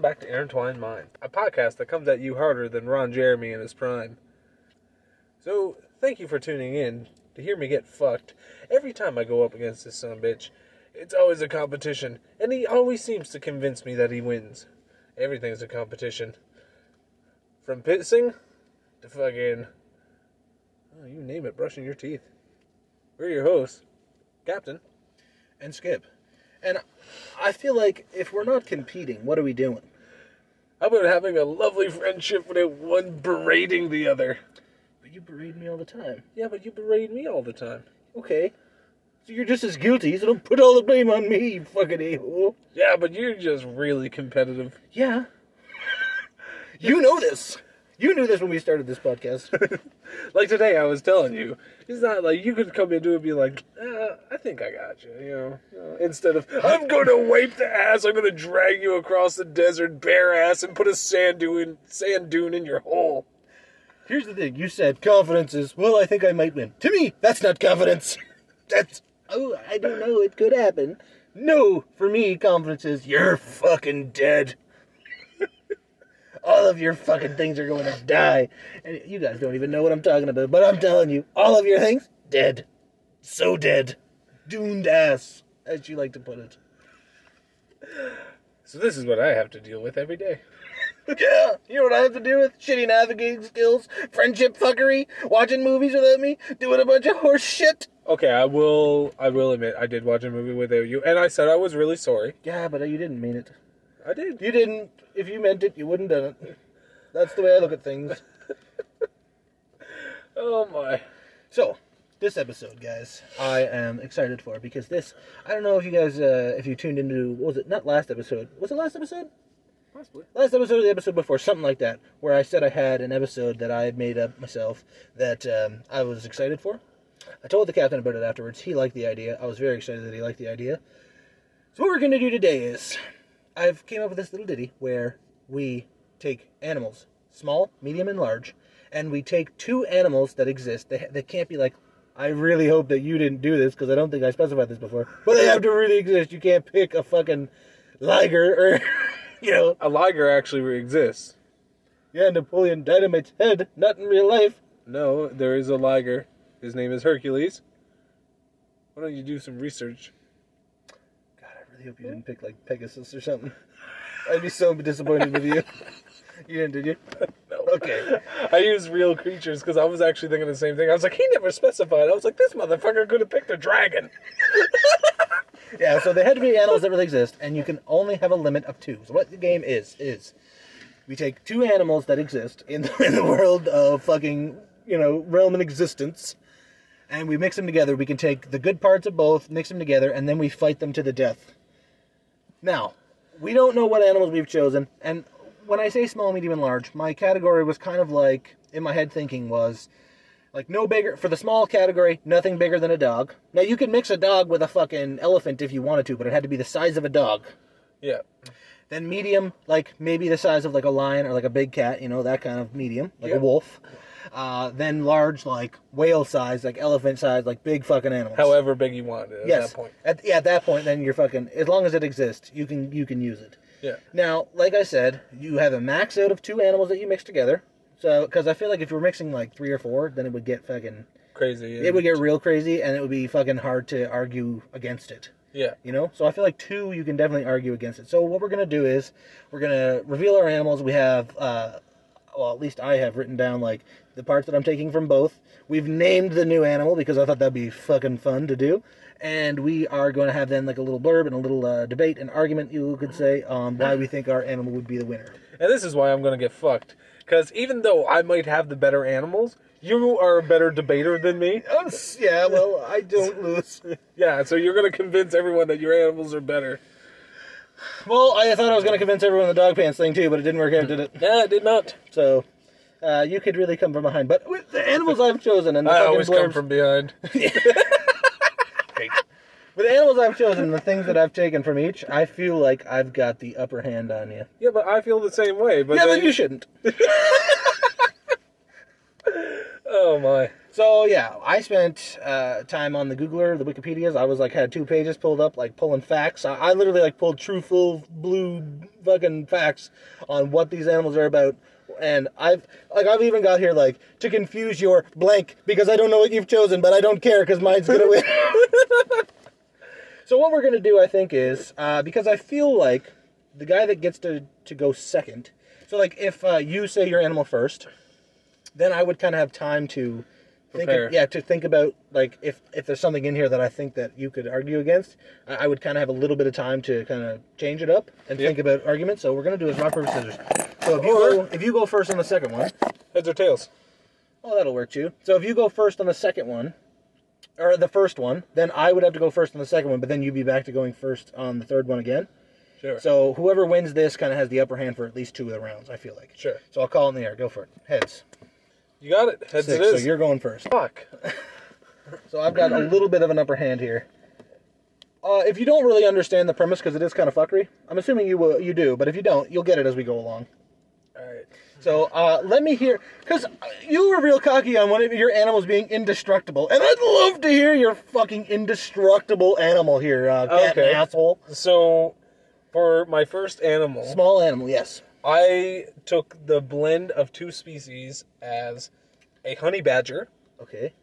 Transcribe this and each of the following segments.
back to Intertwined Minds, a podcast that comes at you harder than Ron Jeremy in his prime. So, thank you for tuning in to hear me get fucked. Every time I go up against this son bitch, it's always a competition, and he always seems to convince me that he wins. Everything's a competition. From pissing to fucking. oh, you name it, brushing your teeth. We're your hosts, Captain and Skip. And I feel like if we're not competing, what are we doing? How about having a lovely friendship without one berating the other? But you berate me all the time. Yeah, but you berate me all the time. Okay. So you're just as guilty, so don't put all the blame on me, you fucking a hole. Yeah, but you're just really competitive. Yeah. you know this. You knew this when we started this podcast. Like today, I was telling you, it's not like you could come into it and be like, uh, "I think I got you," you know, uh, instead of "I'm going to wipe the ass," I'm going to drag you across the desert bare ass and put a sand dune sand dune in your hole. Here's the thing you said confidence is, well, I think I might win. To me, that's not confidence. that's, oh, I don't know, it could happen. No, for me, confidence is, you're fucking dead. all of your fucking things are going to die. And you guys don't even know what I'm talking about, but I'm telling you, all of your things, dead. So dead. Doomed ass, as you like to put it. So this is what I have to deal with every day. Yeah, you know what I have to do with shitty navigating skills, friendship fuckery, watching movies without me, doing a bunch of horse shit. Okay, I will. I will admit I did watch a movie without you, and I said I was really sorry. Yeah, but you didn't mean it. I did. You didn't. If you meant it, you wouldn't done it. That's the way I look at things. Oh my. So, this episode, guys, I am excited for because this. I don't know if you guys, uh, if you tuned into what was it not last episode? Was it last episode? Possibly. last episode or the episode before, something like that, where I said I had an episode that I had made up myself that um, I was excited for. I told the captain about it afterwards. He liked the idea. I was very excited that he liked the idea. So what we're going to do today is, I've came up with this little ditty where we take animals, small, medium, and large, and we take two animals that exist. They they can't be like. I really hope that you didn't do this because I don't think I specified this before. But they have to really exist. You can't pick a fucking liger or, you know, A liger actually exists. yeah, Napoleon Dynamite's head, not in real life. No, there is a liger. His name is Hercules. Why don't you do some research? God, I really hope you didn't pick like Pegasus or something. I'd be so disappointed with you. You didn't, did you? No. Okay. I used real creatures because I was actually thinking the same thing. I was like, he never specified. I was like, this motherfucker could have picked a dragon. Yeah, so they had to be animals that really exist, and you can only have a limit of two. So what the game is, is we take two animals that exist in the, in the world of fucking, you know, realm and existence, and we mix them together. We can take the good parts of both, mix them together, and then we fight them to the death. Now, we don't know what animals we've chosen, and when I say small, medium, and large, my category was kind of like in my head thinking was like no bigger for the small category, nothing bigger than a dog. Now you could mix a dog with a fucking elephant if you wanted to, but it had to be the size of a dog. Yeah. Then medium, like maybe the size of like a lion or like a big cat, you know, that kind of medium, like Yeah. a wolf. Uh, then large, like whale size, like elephant size, like big fucking animals. However big you wanted at yes, that point. At, yeah, at that point, then you're fucking. As long as it exists, you can you can use it. Yeah. Now, like I said, you have a max out of two animals that you mix together. So, because I feel like if you were mixing like three or four, then it would get fucking, Crazy. it would get real crazy, and it would be fucking hard to argue against it. Yeah. You know, so I feel like two, you can definitely argue against it. So what we're gonna do is we're gonna reveal our animals. We have, uh, well, at least I have written down like the parts that I'm taking from both. We've named the new animal because I thought that'd be fucking fun to do, and we are going to have then like a little blurb and a little uh, debate and argument, you could say, on why we think our animal would be the winner. And this is why I'm going to get fucked. Because even though I might have the better animals, you are a better debater than me. yeah, well, I don't lose. Yeah, so you're going to convince everyone that your animals are better. well, I thought I was gonna convince everyone of the dog pants thing too, but it didn't work out, did it? Yeah, I did not. So uh, you could really come from behind. But with the animals I've chosen and the I fucking always come blurbs- from behind. with the animals I've chosen, and the things that I've taken from each, I feel like I've got the upper hand on you. Yeah, but I feel the same way. But yeah, then- but you shouldn't. Oh my. So yeah, I spent uh, time on the Googler, the Wikipedia's. I was like had two pages pulled up, like pulling facts. I, I literally like pulled true, full, blue, fucking facts on what these animals are about. And I've like I've even got here like to confuse your blank because I don't know what you've chosen, but I don't care because mine's gonna win. so what we're gonna do, I think, is uh, because I feel like the guy that gets to to go second. So like if uh, you say your animal first, then I would kind of have time to think Prepare. of, yeah to think about like if if there's something in here that I think that you could argue against, I, I would kind of have a little bit of time to kind of change it up and Yep. think about arguments. So we're gonna do is rock paper scissors. So if you Or- go if you go first on the second one, Heads or tails? oh that'll work too. So if you go first on the second one. Or the first one, then I would have to go first on the second one, but then you'd be back to going first on the third one again. Sure. So whoever wins this kind of has the upper hand for at least two of the rounds. I feel like. Sure. So I'll call it in the air. Go for it. Heads. you got it. Heads Six. it So is. you're going first. Fuck. So I've got a little bit of an upper hand here. Uh, if you don't really understand the premise, because it is kind of fuckery, I'm assuming you will, you do. But if you don't, you'll get it as we go along. All right. So uh, let me hear, because you were real cocky on one of your animals being indestructible, and I'd love to hear your fucking indestructible animal here, uh, cat Okay. asshole. So, for my first animal, Small animal, yes. I took the blend of two species as a honey badger Okay.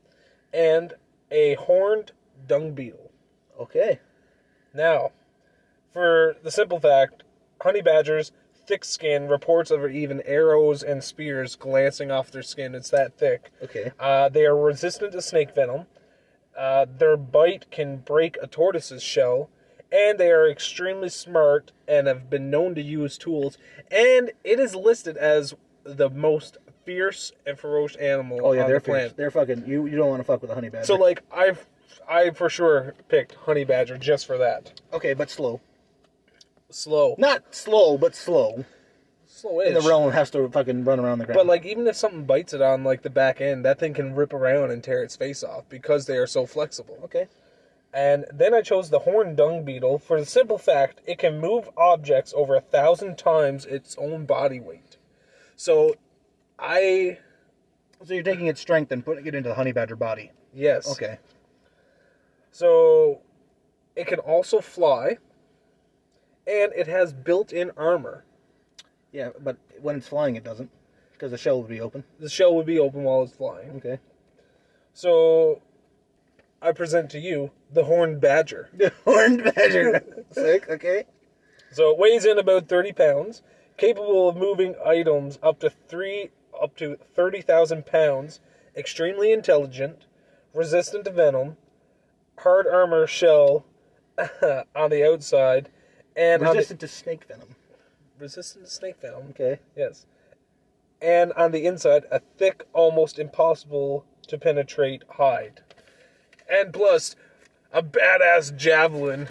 and a horned dung beetle. Okay. Now, for the simple fact, honey badgers, thick skin, reports of even arrows and spears glancing off their skin. It's that thick. Okay. Uh, they are resistant to snake venom. Uh, their bite can break a tortoise's shell. And they are extremely smart and have been known to use tools. And it is listed as the most fierce and ferocious animal Oh yeah, on they're the planet. fierce. They're fucking. You you don't want to fuck with a honey badger. So, like, I've, I for sure picked honey badger just for that. okay, but slow. Slow. Not slow, but slow. slow is. And the roan has to fucking run around the ground. But like, even if something bites it on like the back end, that thing can rip around and tear its face off because they are so flexible. okay, And then I chose the horned dung beetle for the simple fact it can move objects over a thousand times its own body weight. So, I so you're taking its strength and putting it into the honey badger body. yes Okay, So, it can also fly, and it has built-in armor. yeah, but when it's flying, it doesn't, because the shell would be open. The shell would be open while it's flying. Okay. So, I present to you the horned badger. Horned badger. Sick. Okay. So it weighs in about 30 pounds, capable of moving items up to three up to 30,000 pounds, extremely intelligent, resistant to venom, hard armor shell on the outside, and on the- Resistant to snake venom. resistant to snake venom. Okay. Yes, and on the inside, a thick, almost impossible to penetrate hide, and plus a badass javelin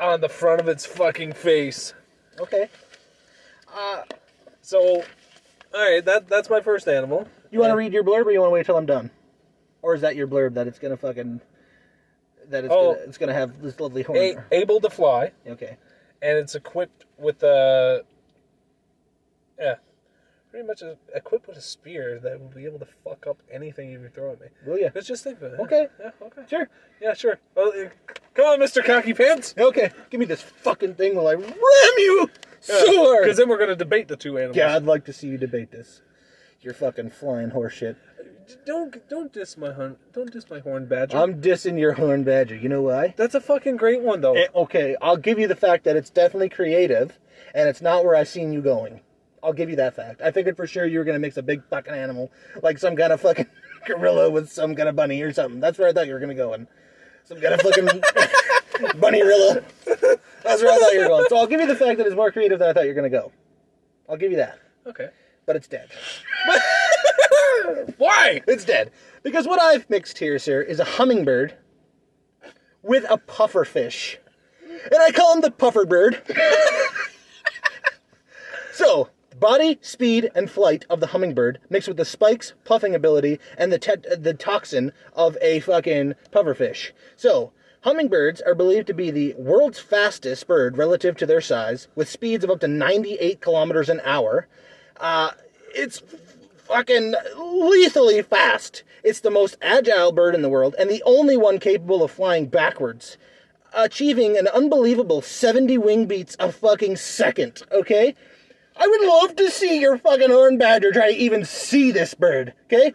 on the front of its fucking face. Okay. So, all right, that that's my first animal. You want to read your blurb, or you want to wait till I'm done, or is that your blurb that it's gonna fucking that it's Oh. gonna, it's gonna have this lovely horn? A- able to fly, Okay. and it's equipped with a yeah, pretty much a, equipped with a spear that will be able to fuck up anything you throw at me. Will ya? Let's just think about it. Okay. Yeah. Okay. Sure. Yeah. Sure. Well, uh, c- come on, Mister Cocky Pants. Okay, give me this fucking thing while I ram you so hard. Because then we're gonna debate the two animals. Yeah, I'd like to see you debate this. You're fucking flying horse shit. D- Don't don't diss my hun- don't diss my horn badger. I'm dissing your horn badger. You know why? That's a fucking great one though. Eh, Okay, I'll give you the fact that it's definitely creative, and it's not where I seen you going. I'll give you that fact. I figured for sure you were gonna mix a big fucking animal, like some kind of fucking gorilla with some kind of bunny or something. That's where I thought you were gonna go in. Some kind of fucking bunnyrilla. That's where I thought you were going. So I'll give you the fact that it's more creative than I thought you were gonna go. I'll give you that. okay. But it's dead. Why? It's dead. Because what I've mixed here, sir, is a hummingbird with a puffer fish. And I call him the puffer bird. so, body, speed, and flight of the hummingbird mixed with the spikes, puffing ability, and the, te- the toxin of a fucking puffer fish. So, hummingbirds are believed to be the world's fastest bird relative to their size, with speeds of up to 98 kilometers an hour. Uh, it's fucking lethally fast. It's the most agile bird in the world and the only one capable of flying backwards, achieving an unbelievable 70 wing beats a fucking second, okay? I would love to see your fucking horn badger try to even see this bird, okay?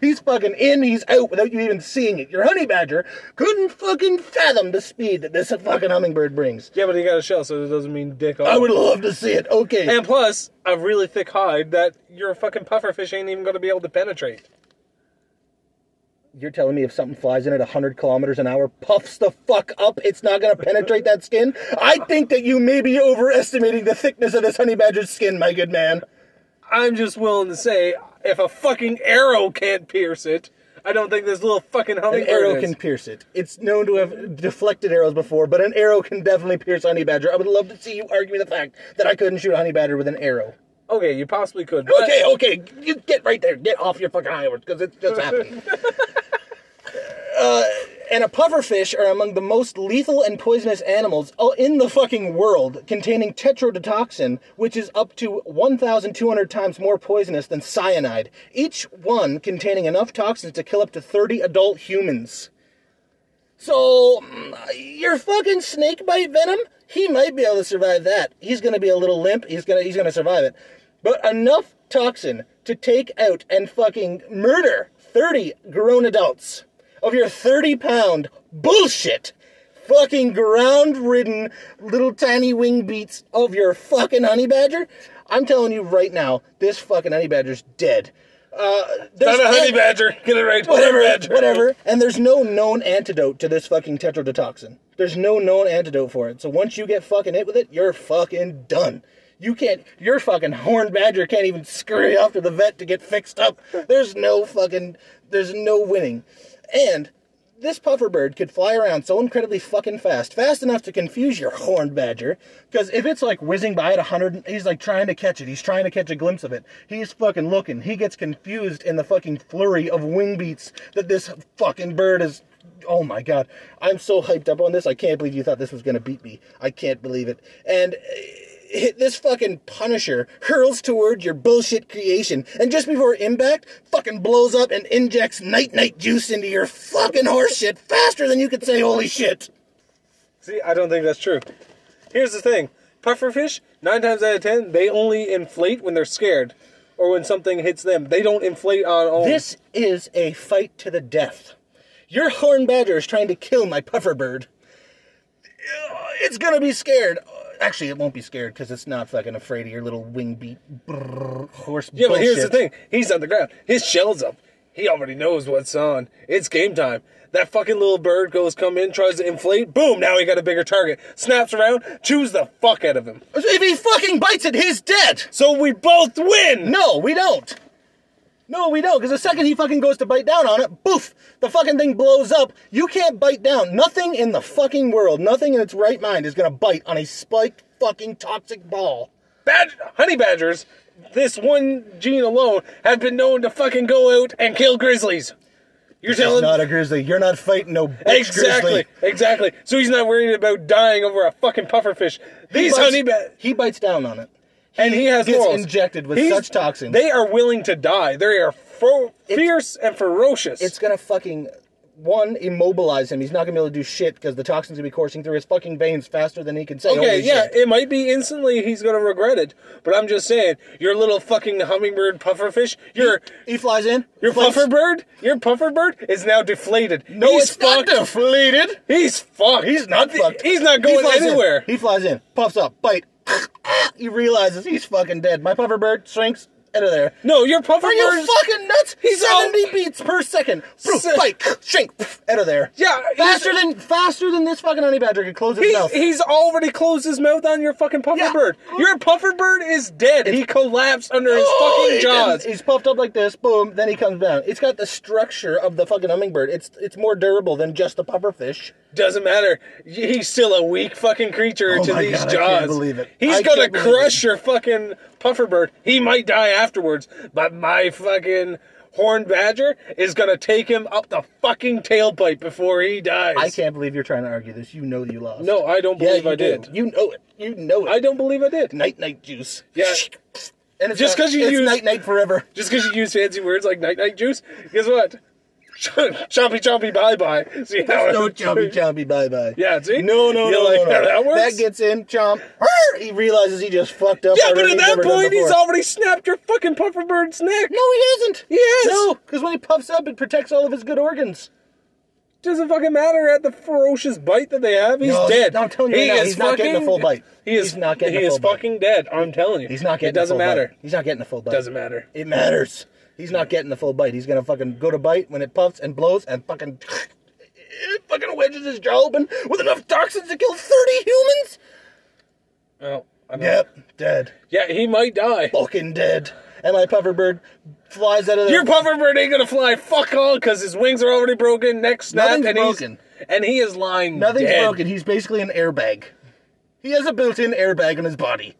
He's fucking in, he's out without you even seeing it. Your honey badger couldn't fucking fathom the speed that this fucking hummingbird brings. Yeah, but he got a shell, so it doesn't mean dick off. I would love to see it, okay. And plus, a really thick hide that your fucking pufferfish ain't even going to be able to penetrate. You're telling me if something flies in at 100 kilometers an hour, puffs the fuck up, it's not gonna penetrate that skin? I think that you may be overestimating the thickness of this honey badger's skin, my good man. I'm just willing to say, if a fucking arrow can't pierce it, I don't think this little fucking An hummingbird arrow is. can pierce it. It's known to have deflected arrows before, but an arrow can definitely pierce a honey badger. I would love to see you argue the fact that I couldn't shoot a honey badger with an arrow. Okay, you possibly could. But Okay, okay, you get right there. Get off your fucking high horse because it's just happening. uh, and a pufferfish are among the most lethal and poisonous animals o- in the fucking world, containing tetrodotoxin, which is up to 1,200 times more poisonous than cyanide. Each one containing enough toxins to kill up to 30 adult humans. So, mm, your fucking snake bite venom, he might be able to survive that. He's gonna be a little limp. He's gonna he's gonna survive it, but enough toxin to take out and fucking murder thirty grown adults of your thirty pound bullshit, fucking ground ridden little tiny wing beats of your fucking honey badger. I'm telling you right now, this fucking honey badger's dead. Uh, Not there's a honey an- badger. Get it right. whatever, Badger. whatever. And there's no known antidote to this fucking tetrodotoxin. There's no known antidote for it. So once you get fucking hit with it, you're fucking done. You can't. Your fucking horned badger can't even scurry off to the vet to get fixed up. There's no fucking. There's no winning. And this puffer bird could fly around so incredibly fucking fast, fast enough to confuse your horned badger. Because if it's like whizzing by at 100, he's like trying to catch it. He's trying to catch a glimpse of it. He's fucking looking. He gets confused in the fucking flurry of wing beats that this fucking bird is. Oh my god. I'm so hyped up on this. I can't believe you thought this was going to beat me. I can't believe it. And eh, hit this fucking Punisher hurls toward your bullshit creation, and just before impact, fucking blows up and injects night night juice into your fucking horseshit faster than you could say holy shit. See, I don't think that's true. Here's the thing pufferfish, nine times out of ten, they only inflate when they're scared or when something hits them. They don't inflate on own. This is a fight to the death. Your horn badger is trying to kill my puffer bird. Uh, It's gonna be scared. Uh, Actually, it won't be scared because it's not fucking afraid of your little wing beat brrr, horse. Yeah, but here's the bullshit. thing. He's on the ground. His shell's up. He already knows what's on. It's game time. That fucking little bird goes come in, tries to inflate. Boom! Now he got a bigger target. Snaps around, chews the fuck out of him. If he fucking bites it, he's dead. So we both win. No, we don't. No, we don't. Because the second he fucking goes to bite down on it, boof, the fucking thing blows up. You can't bite down. Nothing in the fucking world, nothing in its right mind is gonna bite on a spiked fucking toxic ball. Bad honey badgers. This one gene alone have been known to fucking go out and kill grizzlies. You're It's telling not a grizzly. You're not fighting no bitch exactly, grizzly. exactly. So he's not worried about dying over a fucking pufferfish. These bites- honey badgers. He bites down on it. and he has gets morals. injected with He's- such toxins. They are willing to die. They are fro- fierce and ferocious. it's gonna fucking one immobilize him. He's not gonna be able to do shit because the toxins gonna be coursing through his fucking veins faster than he can say. okay, "Holy yeah, shit." it might be instantly he's gonna regret it, but I'm just saying, your little fucking hummingbird pufferfish, your He flies in. your flies- pufferbird, your pufferbird is now deflated. No, he's it's not deflated. He's fucked. He's not fucked. He's not He going flies in. anywhere. He flies in, puffs up, bite. he realizes he's fucking dead. My puffer bird shrinks out of there. No, your pufferbird. Are you fucking nuts? He's seventy beats per second. Poof, Se- bite, shrink, out of there. Yeah, he's- faster than faster than this fucking honey badger could close his He's, mouth. he's already closed his mouth on your fucking Yeah. pufferbird. Your pufferbird is dead. He collapsed under his Oh, fucking he jaws. didn't- He's puffed up like this, boom, then he comes down. It's got the structure of the fucking hummingbird. It's it's more durable than just the pufferfish. Doesn't matter. He's still a weak fucking creature Oh to my these God, I jaws. can't believe it. He's I gonna can't believe crush your fucking pufferbird. He might die afterwards, but my fucking horned badger is gonna take him up the fucking tailpipe before he dies. I can't believe you're trying to argue this. You know that you lost. No, I don't Yeah, believe you I do. did. You know it. You know it. I don't believe I did. night night juice. Yeah. And it's Just not- 'cause you it's use- night night forever. Just because you use fancy words like night night juice, guess what? chompy chompy bye bye. See how No chompy chompy bye bye. Yeah, see? No no You no, like no, no. how that works? gets in chomp. Arr! He realizes he just fucked up. Yeah, harder but at than he's that ever done point, he's before. already snapped your fucking pufferbird's neck. No, he hasn't. Yes. No, because when he puffs up, it protects all of his good organs. Doesn't fucking matter at the ferocious bite that they have. He's No, dead. I'm telling you right now, is he's not getting a full bite. He is He's not getting He a is full bite. fucking dead. I'm telling you. He's not It getting. doesn't the full matter. Bite. He's not getting the full bite. Doesn't matter. It matters. He's not getting the full bite. He's gonna fucking go to bite when it puffs and blows and fucking it fucking wedges his jaw open with enough toxins to kill thirty humans. Well, Oh, I don't- Yep, dead. Yeah, he might die. Fucking dead. And my pufferbird flies out of there. Your pufferbird ain't gonna fly fuck all because his wings are already broken, neck snapped, Nothing's and broken. he's and he is lying. Nothing's dead. broken. He's basically an airbag. He has a built-in airbag on his body.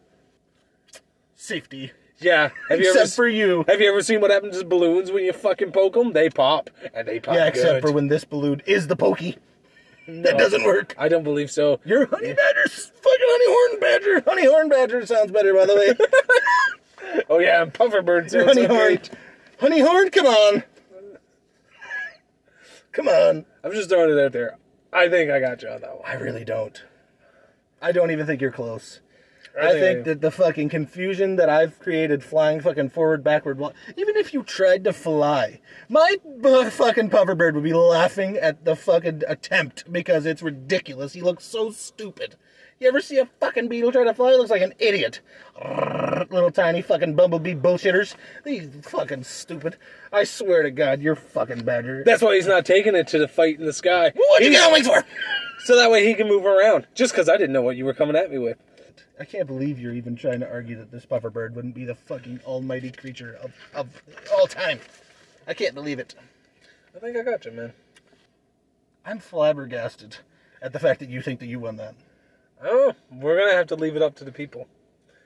Safety. Yeah. Have you ever Except s- for you. Have you ever seen what happens to balloons when you fucking poke them? They pop, and they pop. Yeah, except good. for when this balloon is the pokey. That doesn't work. I don't believe so. Your honey badger's fucking honey horn badger. Honey horn badger sounds better, by the way. Oh yeah, and pufferbird sounds honey so horn. great. Honey horn, come on. Come on. I'm just throwing it out there. I think I got you on that one. I really don't. I don't even think you're close. I I think think, I- that the fucking confusion that I've created flying fucking forward, backward, wa- even if you tried to fly, my bu- fucking pufferbird would be laughing at the fucking attempt because it's ridiculous. He looks so stupid. You ever see a fucking beetle try to fly? He looks like an idiot. Little tiny fucking bumblebee bullshitters. These fucking stupid. I swear to God, you're fucking badger. That's why he's not taking it to the fight in the sky. What'd you get on wings for? So that way he can move around. Just because I didn't know what you were coming at me with. I can't believe you're even trying to argue that this pufferbird wouldn't be the fucking almighty creature of, of all time. I can't believe it. I think I got you, man. I'm flabbergasted at the fact that you think that you won that. Oh, we're gonna have to leave it up to the people,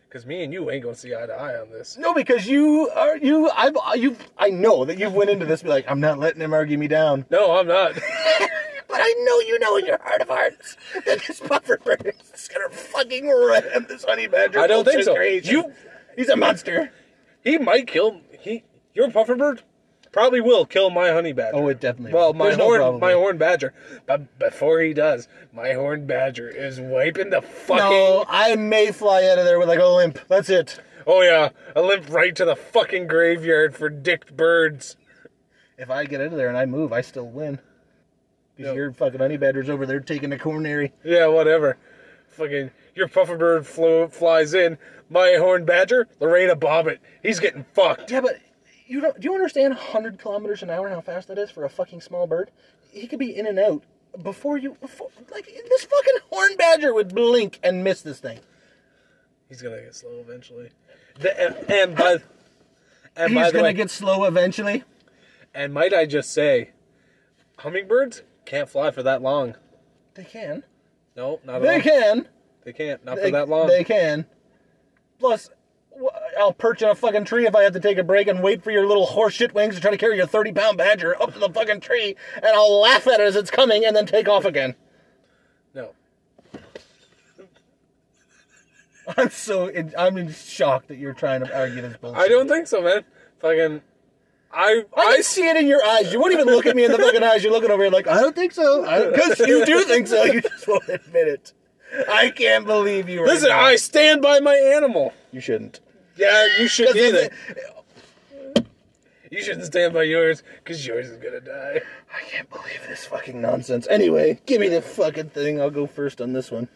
because me and you ain't gonna see eye to eye on this. No, because you are you. I've you. I know that you've went into this be like I'm not letting him argue me down. No, I'm not. But I know you know in your heart of hearts that this pufferbird is gonna fucking ram this honey badger. I don't think bullshit so. creation. You- he's a monster. he might kill he. Your pufferbird probably will kill my honey badger. Oh, it definitely Well, will. my There's no horn, probably. my horn badger. But before he does, my horn badger is wiping the fucking. No, I may fly out of there with like a limp. That's it. Oh yeah, I limp right to the fucking graveyard for dicked birds. if I get out of there and I move, I still win. Because Yep. your fucking honey badger's over there taking a coronary. Yeah, whatever. Fucking your pufferbird flew, flies in. My horn badger, Lorena Bobbitt. He's getting fucked. Yeah, but you don't. Do you understand 100 kilometers an hour how fast that is for a fucking small bird? He could be in and out before you. Before, like this fucking horn badger would blink and miss this thing. He's gonna get slow eventually. The, and, and by and by He's the gonna way, get slow eventually. and might I just say, hummingbirds can't fly for that long. They can. No, not at They all. can. They can't. Not they, for that long. They can. Plus, wh- I'll perch on a fucking tree if I have to take a break and wait for your little horse shit wings to try to carry your 30 pound badger up to the fucking tree, and I'll laugh at it as it's coming and then take off again. No. I'm so in, I'm in shock that you're trying to argue this bullshit. I don't think so, man. Fucking, I I I can see it in your eyes. You won't even look at me in the fucking eyes. You're looking over here like, I don't think so. Because you do think so. You just won't admit it. I can't believe you. Right listen. now. I stand by my animal. You shouldn't. Yeah, you should Because either. it's- You shouldn't stand by yours because yours is gonna die. I can't believe this fucking nonsense. Anyway, give me the fucking thing. I'll go first on this one.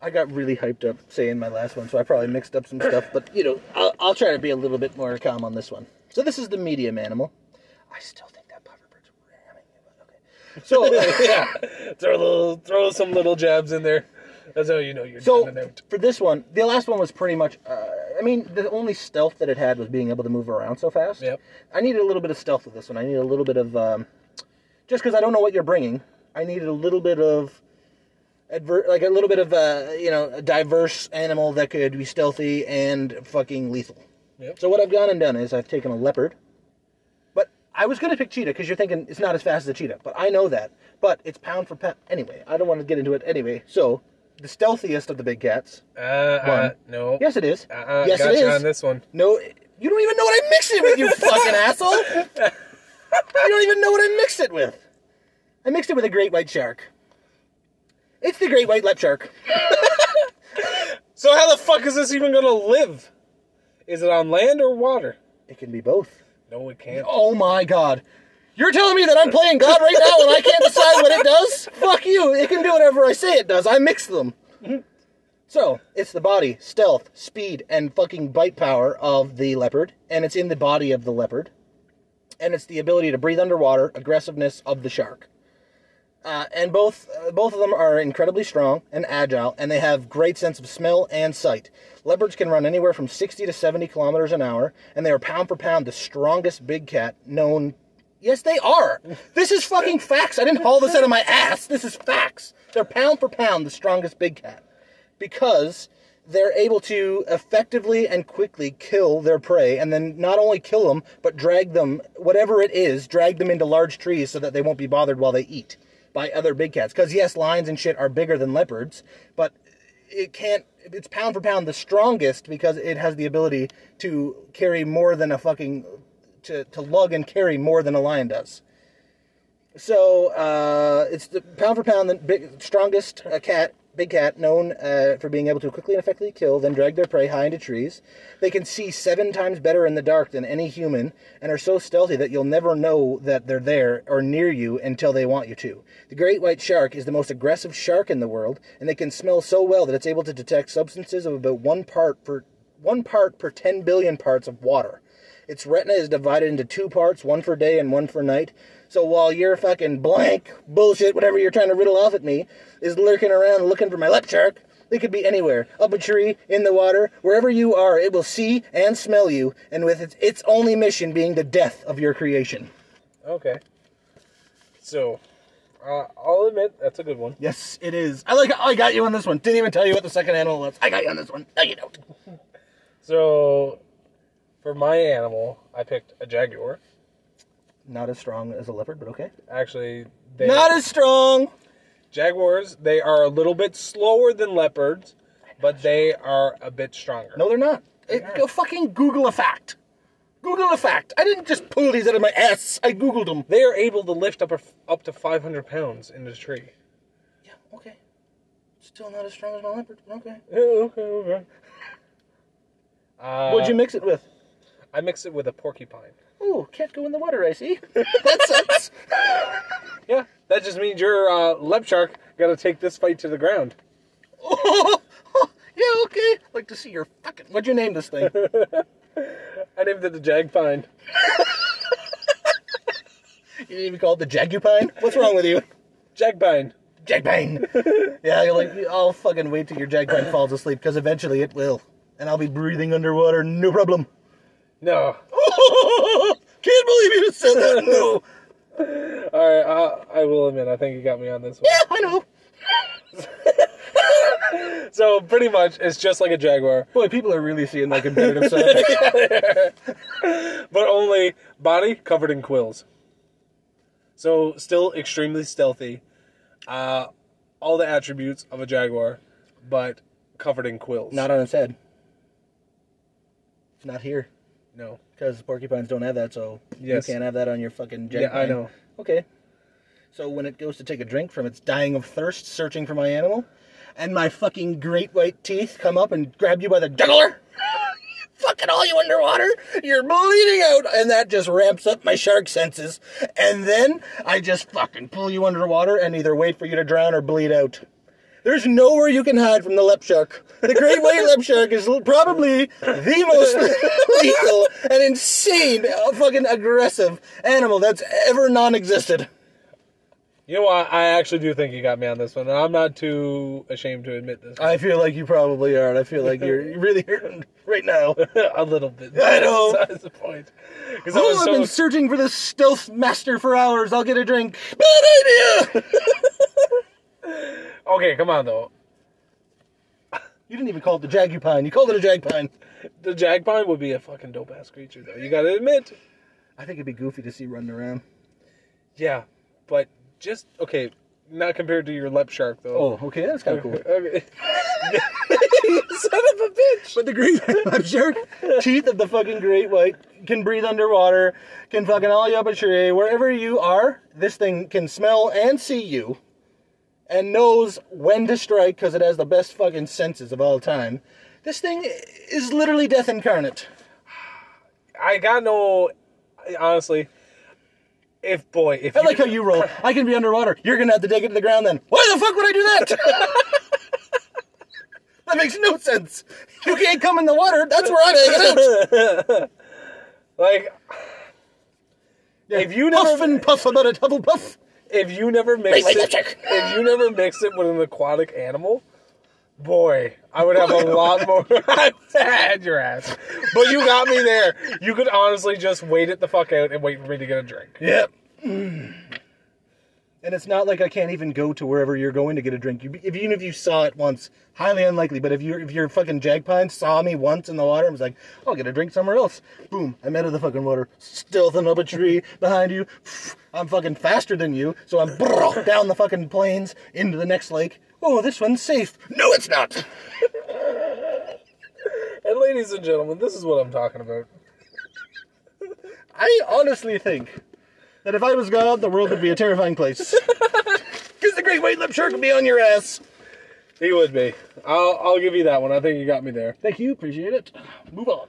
I got really hyped up saying my last one, so I probably mixed up some stuff, but you know, I'll, I'll try to be a little bit more calm on this one. So, this is the medium animal. I still think that pufferbird's ramming it, but okay. So, yeah, throw a little, throw some little jabs in there. That's how you know you're so, So down and out. for this one, the last one was pretty much. Uh, I mean, the only stealth that it had was being able to move around so fast. Yep. I needed a little bit of stealth with this one. I needed a little bit of, um, just because I don't know what you're bringing. I needed a little bit of, adver- like a little bit of, uh, you know, a diverse animal that could be stealthy and fucking lethal. Yep. So what I've gone and done is I've taken a leopard. But I was going to pick cheetah because you're thinking it's not as fast as a cheetah. But I know that. But it's pound for pound. Anyway, I don't want to get into it anyway. So the stealthiest of the big cats. Uh, uh One. no. Yes, it is. Uh-uh, yes, gotcha it is. on this one. No, you don't even know what I mixed it with, you fucking asshole. You don't even know what I mixed it with. I mixed it with a great white shark. It's the great white lep shark. So how the fuck is this even gonna live? Is it on land or water? It can be both. No, it can't. Oh my god. You're telling me that I'm playing God right now and I can't decide what it does? Fuck you. It can do whatever I say it does. I mix them. So, it's the body, stealth, speed, and fucking bite power of the leopard, and it's in the body of the leopard, and it's the ability to breathe underwater, aggressiveness of the shark. Uh, and both uh, both of them are incredibly strong and agile, and they have great sense of smell and sight. Leopards can run anywhere from 60 to 70 kilometers an hour, and they are pound for pound the strongest big cat known. Yes, they are. This is fucking facts. I didn't haul this out of my ass. This is facts. They're pound for pound the strongest big cat because they're able to effectively and quickly kill their prey and then not only kill them but drag them whatever it is drag them into large trees so that they won't be bothered while they eat by other big cats because yes lions and shit are bigger than leopards but it can't it's pound for pound the strongest because it has the ability to carry more than a fucking to, to lug and carry more than a lion does so uh, it's the pound for pound the big, strongest uh, cat, big cat, known uh, for being able to quickly and effectively kill, then drag their prey high into trees. They can see seven times better in the dark than any human, and are so stealthy that you'll never know that they're there or near you until they want you to. The great white shark is the most aggressive shark in the world, and they can smell so well that it's able to detect substances of about one part per one part per ten billion parts of water. Its retina is divided into two parts, one for day and one for night. So while your fucking blank bullshit, whatever you're trying to riddle off at me, is lurking around looking for my left shark, it could be anywhere, up a tree, in the water, wherever you are, it will see and smell you, and with its, its only mission being the death of your creation. Okay. So, uh, I'll admit that's a good one. Yes, it is. I like. I got you on this one. Didn't even tell you what the second animal was. I got you on this one. No, you don't. So, for my animal, I picked a jaguar. Not as strong as a leopard, but okay. Actually, they, Not as strong. jaguars. They are a little bit slower than leopards, but they are a bit stronger. No, they're not. It, are. Go fucking Google a fact. Google a fact. I didn't just pull these out of my ass. I Googled them. They are able to lift up a, up to 500 pounds in the tree. Yeah, okay. Still not as strong as my leopard. Okay. okay, okay. Uh, What'd you mix it with? I mix it with a porcupine. Ooh, can't go in the water, I see. that sucks. Yeah, that just means your uh, lep shark got to take this fight to the ground. yeah, okay. Like to see your fucking. What'd you name this thing? I named it the jagpine. you didn't even call it the Jagupine? What's wrong with you? Jagpine. Jagbang! yeah, you're like, I'll fucking wait till your Jagbang falls asleep, because eventually it will. And I'll be breathing underwater, no problem. No. Can't believe you just said that. No. All right, uh, I will admit, I think you got me on this one. Yeah, I know. So pretty much, it's just like a jaguar, Boy, people are really seeing my competitive side. but only body covered in quills. So still extremely stealthy. Uh, all the attributes of a jaguar, but covered in quills. Not on its head. Not here, no. because porcupines don't have that, so Yes. you can't have that on your fucking jack. Yeah, I know. Okay. So when it goes to take a drink from its dying of thirst, searching for my animal, and my fucking great white teeth come up and grab you by the juggler. Fucking all you underwater, you're bleeding out, and that just ramps up my shark senses. And then I just fucking pull you underwater and either wait for you to drown or bleed out. There's nowhere you can hide from the lep shark. The great white lep shark is l- probably the most lethal and insane, uh, fucking aggressive animal that's ever non-existed. You know what? I actually do think you got me on this one, and I'm not too ashamed to admit this. I feel like you probably are, and I feel like you're really hurting right now. a little bit. I know. That's the point. 'Cause I Oh, was I've so- been searching for this stealth master for hours. I'll get a drink. Bad idea. okay, come on though. you didn't even call it the jagupine. You called it a jagpine. The jagpine would be a fucking dope ass creature, though. You gotta admit. I think it'd be goofy to see running around. Yeah, but just okay. Not compared to your lep shark though. Oh, okay, that's kind of cool. Okay. Son of a bitch. But the great I'm sure teeth of the fucking great white can breathe underwater, can fucking all you up a tree. Wherever you are, this thing can smell and see you, and knows when to strike because it has the best fucking senses of all time. This thing is literally death incarnate. I got no. Honestly, if boy, if I like how you roll. I can be underwater. You're gonna have to take it to the ground then. Why the fuck would I do that? that makes no sense. You can't come in the water. That's where I'm hanging out. like if you puff never and puff about it, double puff. if you never mix Wait, it check. if you never mix it with an aquatic animal, boy, I would have a lot more. I would have had your ass, but you got me there. You could honestly just wait it the fuck out and wait for me to get a drink. Yep. Mm. And it's not like I can't even go to wherever you're going to get a drink. You, if, even if you saw it once, highly unlikely. But if you if your fucking jagpine saw me once in the water and was like, "I'll get a drink somewhere else," boom, I'm out of the fucking water, stealthing up a tree behind you. I'm fucking faster than you, so I'm down the fucking plains into the next lake. Oh, this one's safe. No, it's not. And ladies and gentlemen, this is what I'm talking about. I honestly think that if I was God, the world would be a terrifying place. Because the great white lip shark would be on your ass. He would be. I'll I'll give you that one. I think you got me there. Thank you, appreciate it. Move on.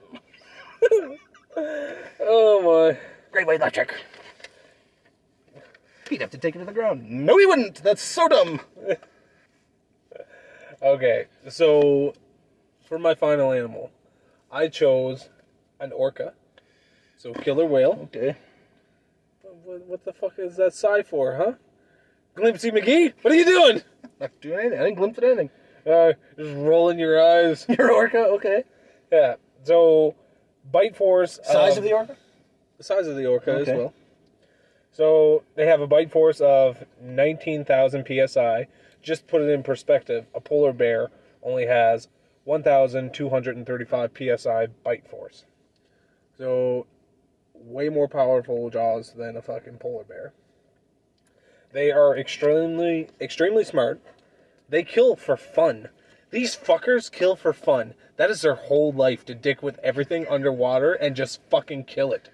Oh my. Great white lip shark. He'd have to take it to the ground. No, he wouldn't. That's so dumb. Okay, so for my final animal, I chose an orca. So killer whale. Okay. What, what the fuck is that sigh for, huh? Glimpsy McGee, what are you doing? Not doing anything. I didn't glimpse at anything. Uh, just rolling your eyes. Your orca, okay. yeah. So, bite force. Size um, of the orca? the size of the orca Okay. as well. So they have a bite force of 19,000 psi. Just put it in perspective, a polar bear only has 1,235 psi bite force. So way more powerful jaws than a fucking polar bear. They are extremely extremely smart. They kill for fun. These fuckers kill for fun. That is their whole life to dick with everything underwater and just fucking kill it.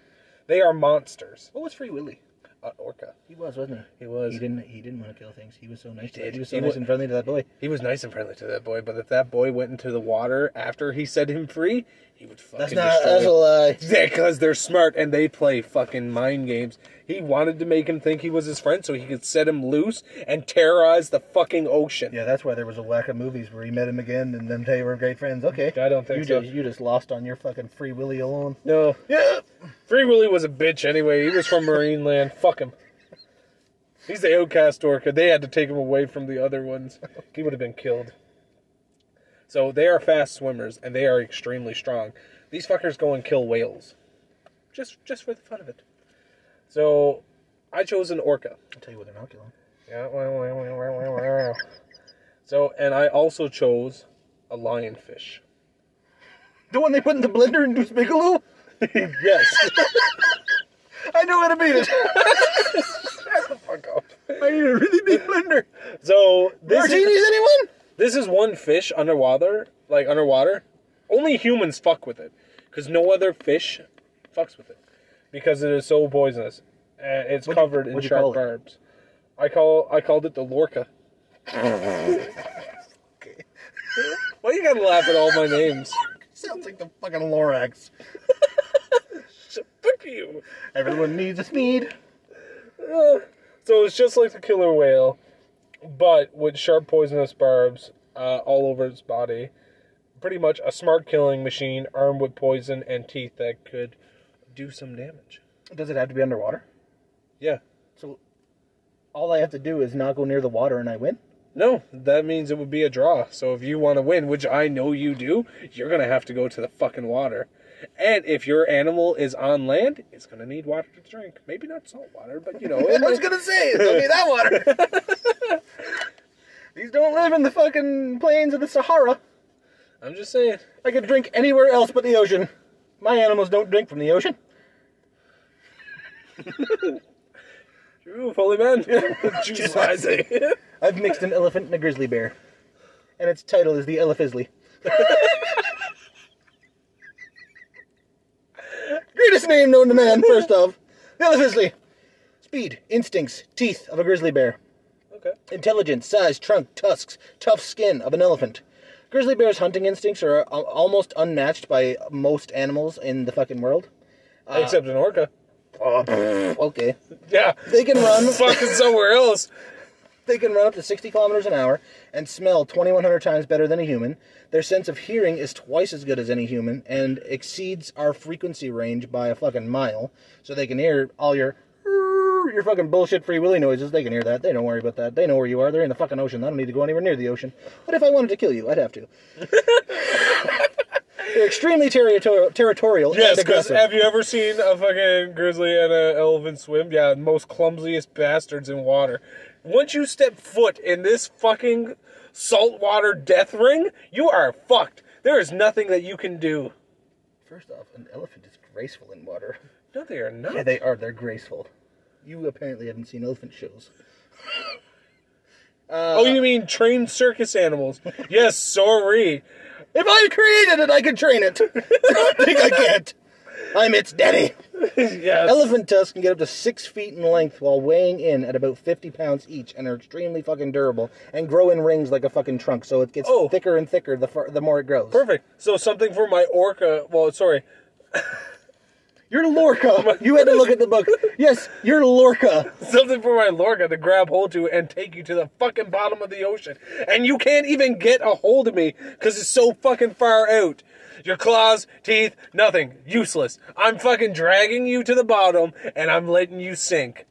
They are monsters. What was Free Willy? Uh, orca. He was, wasn't He he? was. He didn't. He didn't want to kill things. He was so nice. to did. He was so He nice wa- and friendly to that boy. He was nice and friendly to that boy, but if that boy went into the water after he set him free, he would fucking That's not. destroy That's a him. lie. Yeah, because they're smart and they play fucking mind games. He wanted to make him think he was his friend so he could set him loose and terrorize the fucking ocean. Yeah, that's why there was a whack of movies where he met him again and then they were great friends. Okay. I don't think you so. Just, you just lost on your fucking free willy alone. No. Yeah. Free Willy was a bitch anyway. He was from Marineland. Fuck him. He's the outcast orca. They had to take him away from the other ones. He would have been killed. So they are fast swimmers and they are extremely strong. These fuckers go and kill whales. Just just for the fun of it. So I chose an orca. I'll tell you what, they're not killing. Yeah. So and I also chose a lionfish. The one they put in the blender and do Bigelow? Yes. I know how to beat it. Fuck off. I need a really big blender. So this is- Martinis, anyone? This is one fish underwater, like underwater. Only humans fuck with it, because no other fish fucks with it, because it is so poisonous. Uh, it's you- covered in what'd you sharp call it? barbs. I call I called it the lorca. Why you gotta laugh at all my names? Sounds like the fucking Lorax. Fuck you. Everyone needs a need. So it's just like the killer whale, but with sharp poisonous barbs uh, all over its body. Pretty much a smart killing machine armed with poison and teeth that could do some damage. Does it have to be underwater? Yeah. So all I have to do is not go near the water and I win? No, that means it would be a draw. So if you want to win, which I know you do, you're going to have to go to the fucking water. And if your animal is on land, it's going to need water to drink. Maybe not salt water, but you know, it might- gonna say, it's gonna be that water. These don't live in the fucking plains of the Sahara. I'm just saying. I could drink anywhere else but the ocean. My animals don't drink from the ocean. Ooh, holy man. Juice Juice rising. I've mixed an elephant and a grizzly bear. And its title is the Elefizzly. Greatest name known to man, first off. The Elefizzly. Speed, instincts, teeth of a grizzly bear. okay. Intelligence, size, trunk, tusks, tough skin of an elephant. Grizzly bear's hunting instincts are al- almost unmatched by most animals in the fucking world. Except an orca. Okay. Yeah. They can run. Fucking somewhere else. They can run up to 60 kilometers an hour and smell 2,100 times better than a human. Their sense of hearing is twice as good as any human and exceeds our frequency range by a fucking mile. So they can hear all your your fucking bullshit free willy noises. They can hear that. They don't worry about that. They know where you are. They're in the fucking ocean. I don't need to go anywhere near the ocean. But if I wanted to kill you, I'd have to. They're extremely territorial, territorial Yes, and because aggressive. have you ever seen a fucking grizzly and an elephant swim? Yeah, most clumsiest bastards in water. Once you step foot in this fucking saltwater death ring, you are fucked. There is nothing that you can do. First off, an elephant is graceful in water. No, they are not. Yeah, they are. They're graceful. You apparently haven't seen elephant shows. oh, uh, you mean trained circus animals? yes, sorry. If I created it, I could train it. I think I can't. I'm its daddy. yes. Elephant tusks can get up to six feet in length while weighing in at about 50 pounds each and are extremely fucking durable and grow in rings like a fucking trunk. So it gets Oh. thicker and thicker the, far, the more it grows. Perfect. So something for my orca. Well, sorry. You're Lorca. You had to look at the book. Yes, you're Lorca. Something for my lorca to grab hold to and take you to the fucking bottom of the ocean. And you can't even get a hold of me because it's so fucking far out. Your claws, teeth, nothing. Useless. I'm fucking dragging you to the bottom and I'm letting you sink.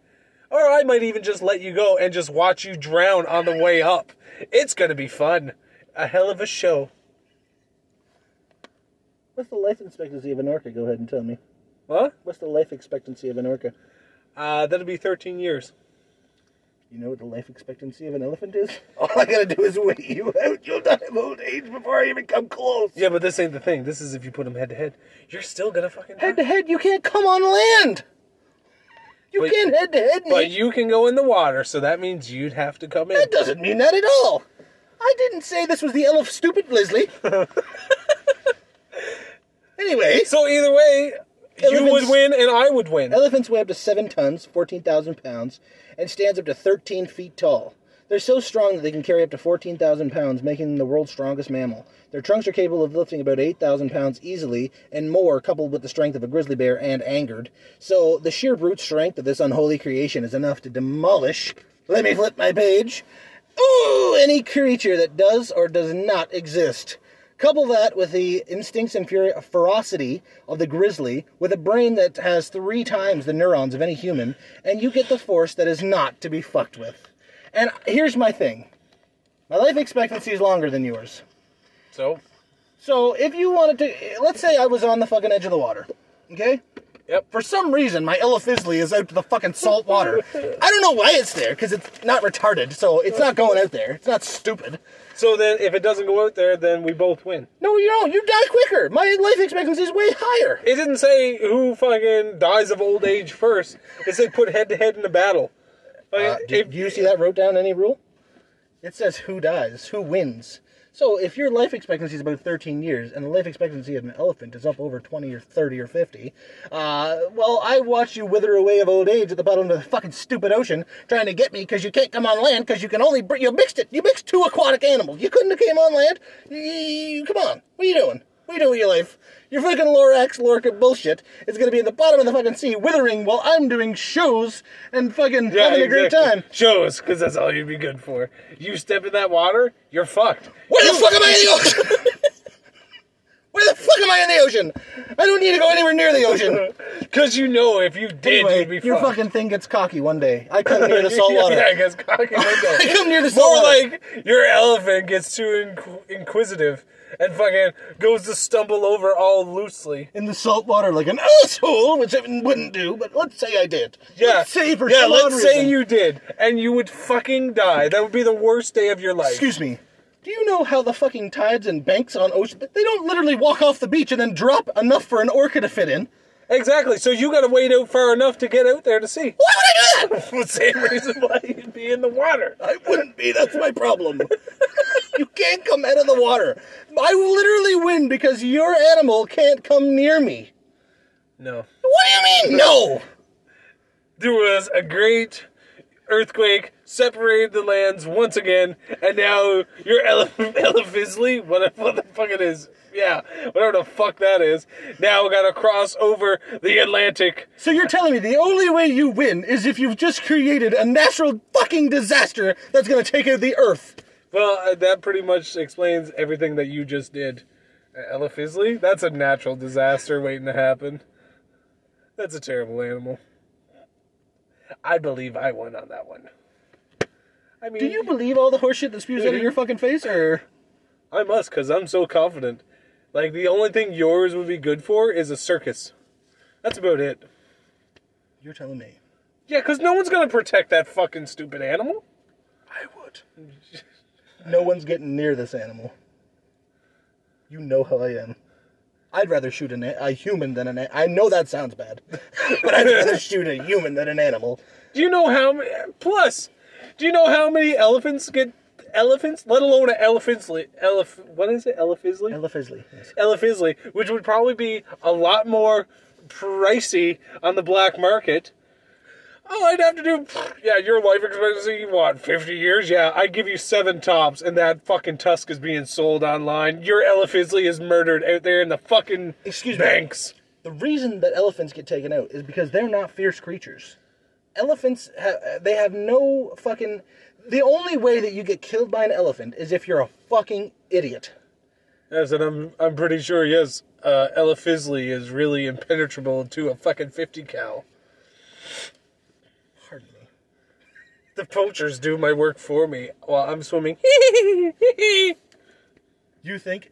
Or I might even just let you go and just watch you drown on the way up. It's gonna be fun. A hell of a show. What's the life expectancy of an orca? Go ahead and tell me. Huh? What's the life expectancy of an orca? Uh, that'll be 13 years. You know what the life expectancy of an elephant is? All I gotta do is wait you out. You'll die of old age before I even come close. Yeah, but this ain't the thing. This is if you put them head to head. You're still gonna fucking. die. Head to head, you can't come on land. You But- can't head to head me. But you can go in the water, so that means you'd have to come in. that doesn't mean that at all. I didn't say this was the elf stupid Lisley. anyway, So either way, you would Elephants- win and I would win. elephants weigh up to seven tons, fourteen thousand pounds, and stands up to thirteen feet tall. They're so strong that they can carry up to fourteen thousand pounds, making them the world's strongest mammal. Their trunks are capable of lifting about eight thousand pounds easily, and more, coupled with the strength of a grizzly bear and angered. So the sheer brute strength of this unholy creation is enough to demolish. Let me flip my page. Ooh, any creature that does or does not exist. Couple that with the instincts and fury, ferocity of the grizzly, with a brain that has three times the neurons of any human, and you get the force that is not to be fucked with. And here's my thing my life expectancy is longer than yours. So, So if you wanted to, let's say I was on the fucking edge of the water, okay? yep. For some reason, my Ella Fizzly is out to the fucking salt water. I don't know why it's there, because it's not retarded, so it's not going out there. It's not stupid. So then, if it doesn't go out there, then we both win. No, you don't. You die quicker. My life expectancy is way higher. It didn't say who fucking dies of old age first. It said put head to head in a battle. Like, Uh, do, if- do you see that wrote down any rule? It says who dies, who wins. So if your life expectancy is about 13 years and the life expectancy of an elephant is up over 20 or 30 or 50, uh, well, I watch you wither away of old age at the bottom of the fucking stupid ocean trying to get me because you can't come on land because you can only br- you mixed it. You mixed two aquatic animals. You couldn't have came on land. You, come on, what are you doing? What are you doing with your life? Your fucking Lorax Lorca bullshit is gonna be in the bottom of the fucking sea withering while I'm doing shows and fucking Yeah, having a great exactly. time. Shows, because that's all you'd be good for. You step in that water, you're fucked. Where the fuck am I in the ocean? Where the fuck am I in the ocean? I don't need to go anywhere near the ocean. Because you know if you did, you'd be Anyway, fucked. your fucking thing gets cocky one day. I come near the salt Yeah, water. yeah, I guess cocky window. I come near the salt More water. like your elephant gets too inqu- inquisitive and fucking goes to stumble over all loosely. in the salt water like an asshole, which I wouldn't do, but let's say I did. Yeah. Let's say for yeah, some let's odd say reason- you did, and you would fucking die. That would be the worst day of your life. Excuse me. Do you know how the fucking tides and banks on ocean they don't literally walk off the beach and then drop enough for an orca to fit in? Exactly. So you got to wade out far enough to get out there to see. Why would I do that? For the same reason why you'd be in the water. I wouldn't be. That's my problem. you can't come out of the water. I will literally win because your animal can't come near me. No. What do you mean? No. There was a great earthquake separated the lands once again, and now your Ella, Ella Fizzley, what, what the fuck it is, yeah, whatever the fuck that is, now got to cross over the Atlantic. So you're telling me the only way you win is if you've just created a natural fucking disaster that's gonna take out the Earth. Well, uh, that pretty much explains everything that you just did. Uh, Ella Fizzley? That's a natural disaster waiting to happen. That's a terrible animal. I believe I won on that one. I mean, Do you believe all the horseshit that spews out of your fucking face, or I must, because I'm so confident. Like, the only thing yours would be good for is a circus. That's about it. you're telling me? Yeah, because no one's going to protect that fucking stupid animal. I would. no one's getting near this animal. You know how I am. I'd rather shoot an, a a human than an. A- I know that sounds bad, but I'd rather shoot a human than an animal. Do you know how many. Plus, do you know how many elephants get. Elephants? Let alone an elephant's. Li- elef- what is it? Elephisley? Ella Fizzley. Yes. Ella Fizzley, which would probably be a lot more pricey on the black market. All I'd have to do, yeah, your life expectancy, what, 50 years? Yeah, I give you seven tops, and that fucking tusk is being sold online. Your Ella Fizzley is murdered out there in the fucking Excuse me. banks. The reason that elephants get taken out is because they're not fierce creatures. Elephants, ha- they have no fucking. The only way that you get killed by an elephant is if you're a fucking idiot. Yes, and I'm, I'm pretty sure, yes, uh, Ella Fizzley is really impenetrable to a fucking 50 cal. Pardon me. The poachers do my work for me while I'm swimming. You think?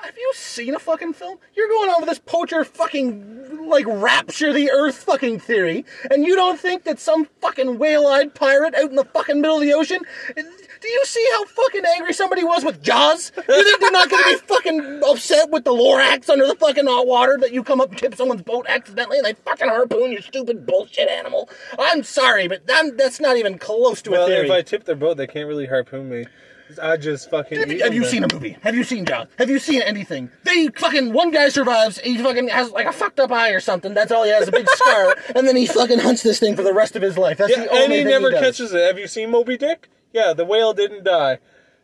Have you seen a fucking film? You're going on with this poacher fucking like rapture the earth fucking theory, and you don't think that some fucking whale-eyed pirate out in the fucking middle of the ocean? Do you see how fucking angry somebody was with Jaws? You think they're not going to be fucking upset with the Lorax under the fucking hot water that you come up and tip someone's boat accidentally and they fucking harpoon your stupid bullshit animal? I'm sorry, but that, that's not even close to a Well, theory. if I tip their boat, they can't really harpoon me. 'Cause I just fucking. Have eat you, have you them. seen a movie? Have you seen Jaws? Have you seen anything? They fucking one guy survives. He fucking has like a fucked up eye or something. That's all he has, a big scar, and then he fucking hunts this thing for the rest of his life. That's Yeah, the only and he thing never does. catches it. Have you seen Moby Dick? Yeah, the whale didn't die.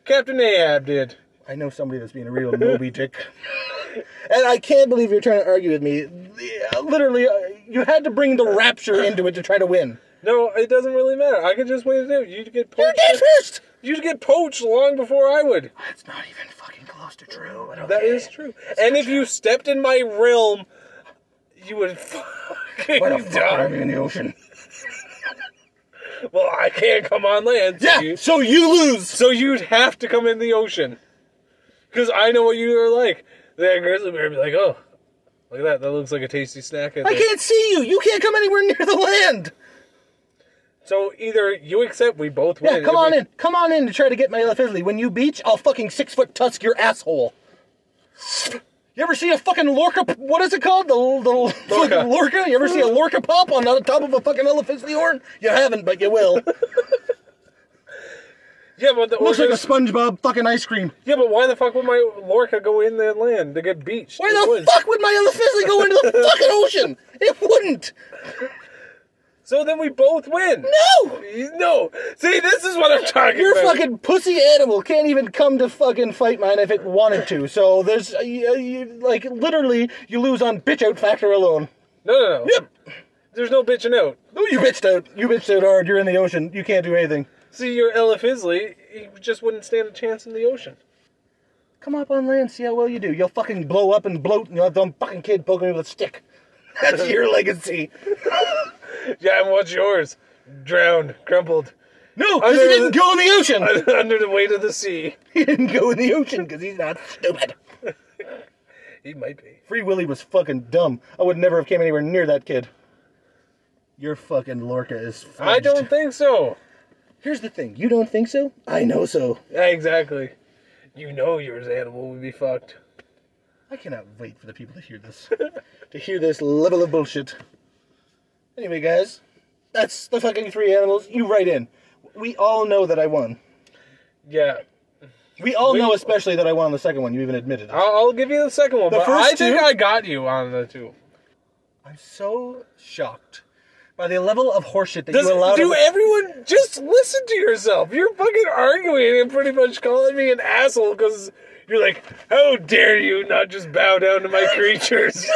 Captain Ahab did. I know somebody that's being a real Moby Dick, and I can't believe you're trying to argue with me. The- Literally, uh, you had to bring the rapture into it to try to win. No, it doesn't really matter. I could just wait it out. You'd get You're poached. dead first. You'd get poached long before I would. That's not even fucking close to true. I don't That care. is true. And if you stepped in my realm, you would fucking Why the fuck would I die. be in the ocean? Well, I can't come on land. so Yeah. you- So you lose. So you'd have to come in the ocean. Because I know what you are like. That grizzly bear would be like, oh, look at that. That looks like a tasty snack. out I there." can't see you. You can't come anywhere near the land. So either you accept we both win. Yeah, come If on we- in. Come on in to try to get my Fizzly. When you beach, I'll fucking six foot tusk your asshole. You ever see a fucking lorca? What is it called? The the Lorca. lorca. lorca? You ever see a lorca pop on the top of a fucking Fizzly horn? You haven't, but you will. Yeah, but the Looks like a orcas- SpongeBob fucking ice cream. yeah, but why the fuck would my lorca go in the land to get beached? Why It the wouldn't. fuck would my Fizzly go into the fucking ocean? It wouldn't. So then we both win. No. No. See, this is what I'm talking Your about. fucking pussy animal can't even come to fucking fight mine if it wanted to. So there's, uh, you, you, like, literally, you lose on bitch out factor alone. No, no, no. Yep. There's no bitching out. Oh, you bitched out. You bitched out hard. You're in the ocean. You can't do anything. See, your Ella Fizzley, he just wouldn't stand a chance in the ocean. Come up on land, see how well you do. You'll fucking blow up and bloat, and you'll have some fucking kid poking you with a stick. That's your legacy. Yeah, and what's yours? Drowned, crumpled, No, because he there- didn't go in the ocean. under the weight of the sea. He didn't go in the ocean because he's not stupid. He might be. Free Willy was fucking dumb. I would never have came anywhere near that kid. Your fucking Lorca is. Fudged. I don't think so. Here's the thing. You don't think so? I know so. Yeah, exactly. You know yours animal would be fucked. I cannot wait for the people to hear this. to hear this level of bullshit. Anyway, guys, that's the fucking three animals. You write in. We all know that I won. Yeah. We all We- know, especially that I won on the second one. You even admitted it. I'll, I'll give you the second one, The but first I think two- I got you on the two. I'm so shocked by the level of horseshit that Does, you allowed. do us- everyone just listen to yourself? You're fucking arguing and pretty much calling me an asshole because you're like, how dare you not just bow down to my creatures?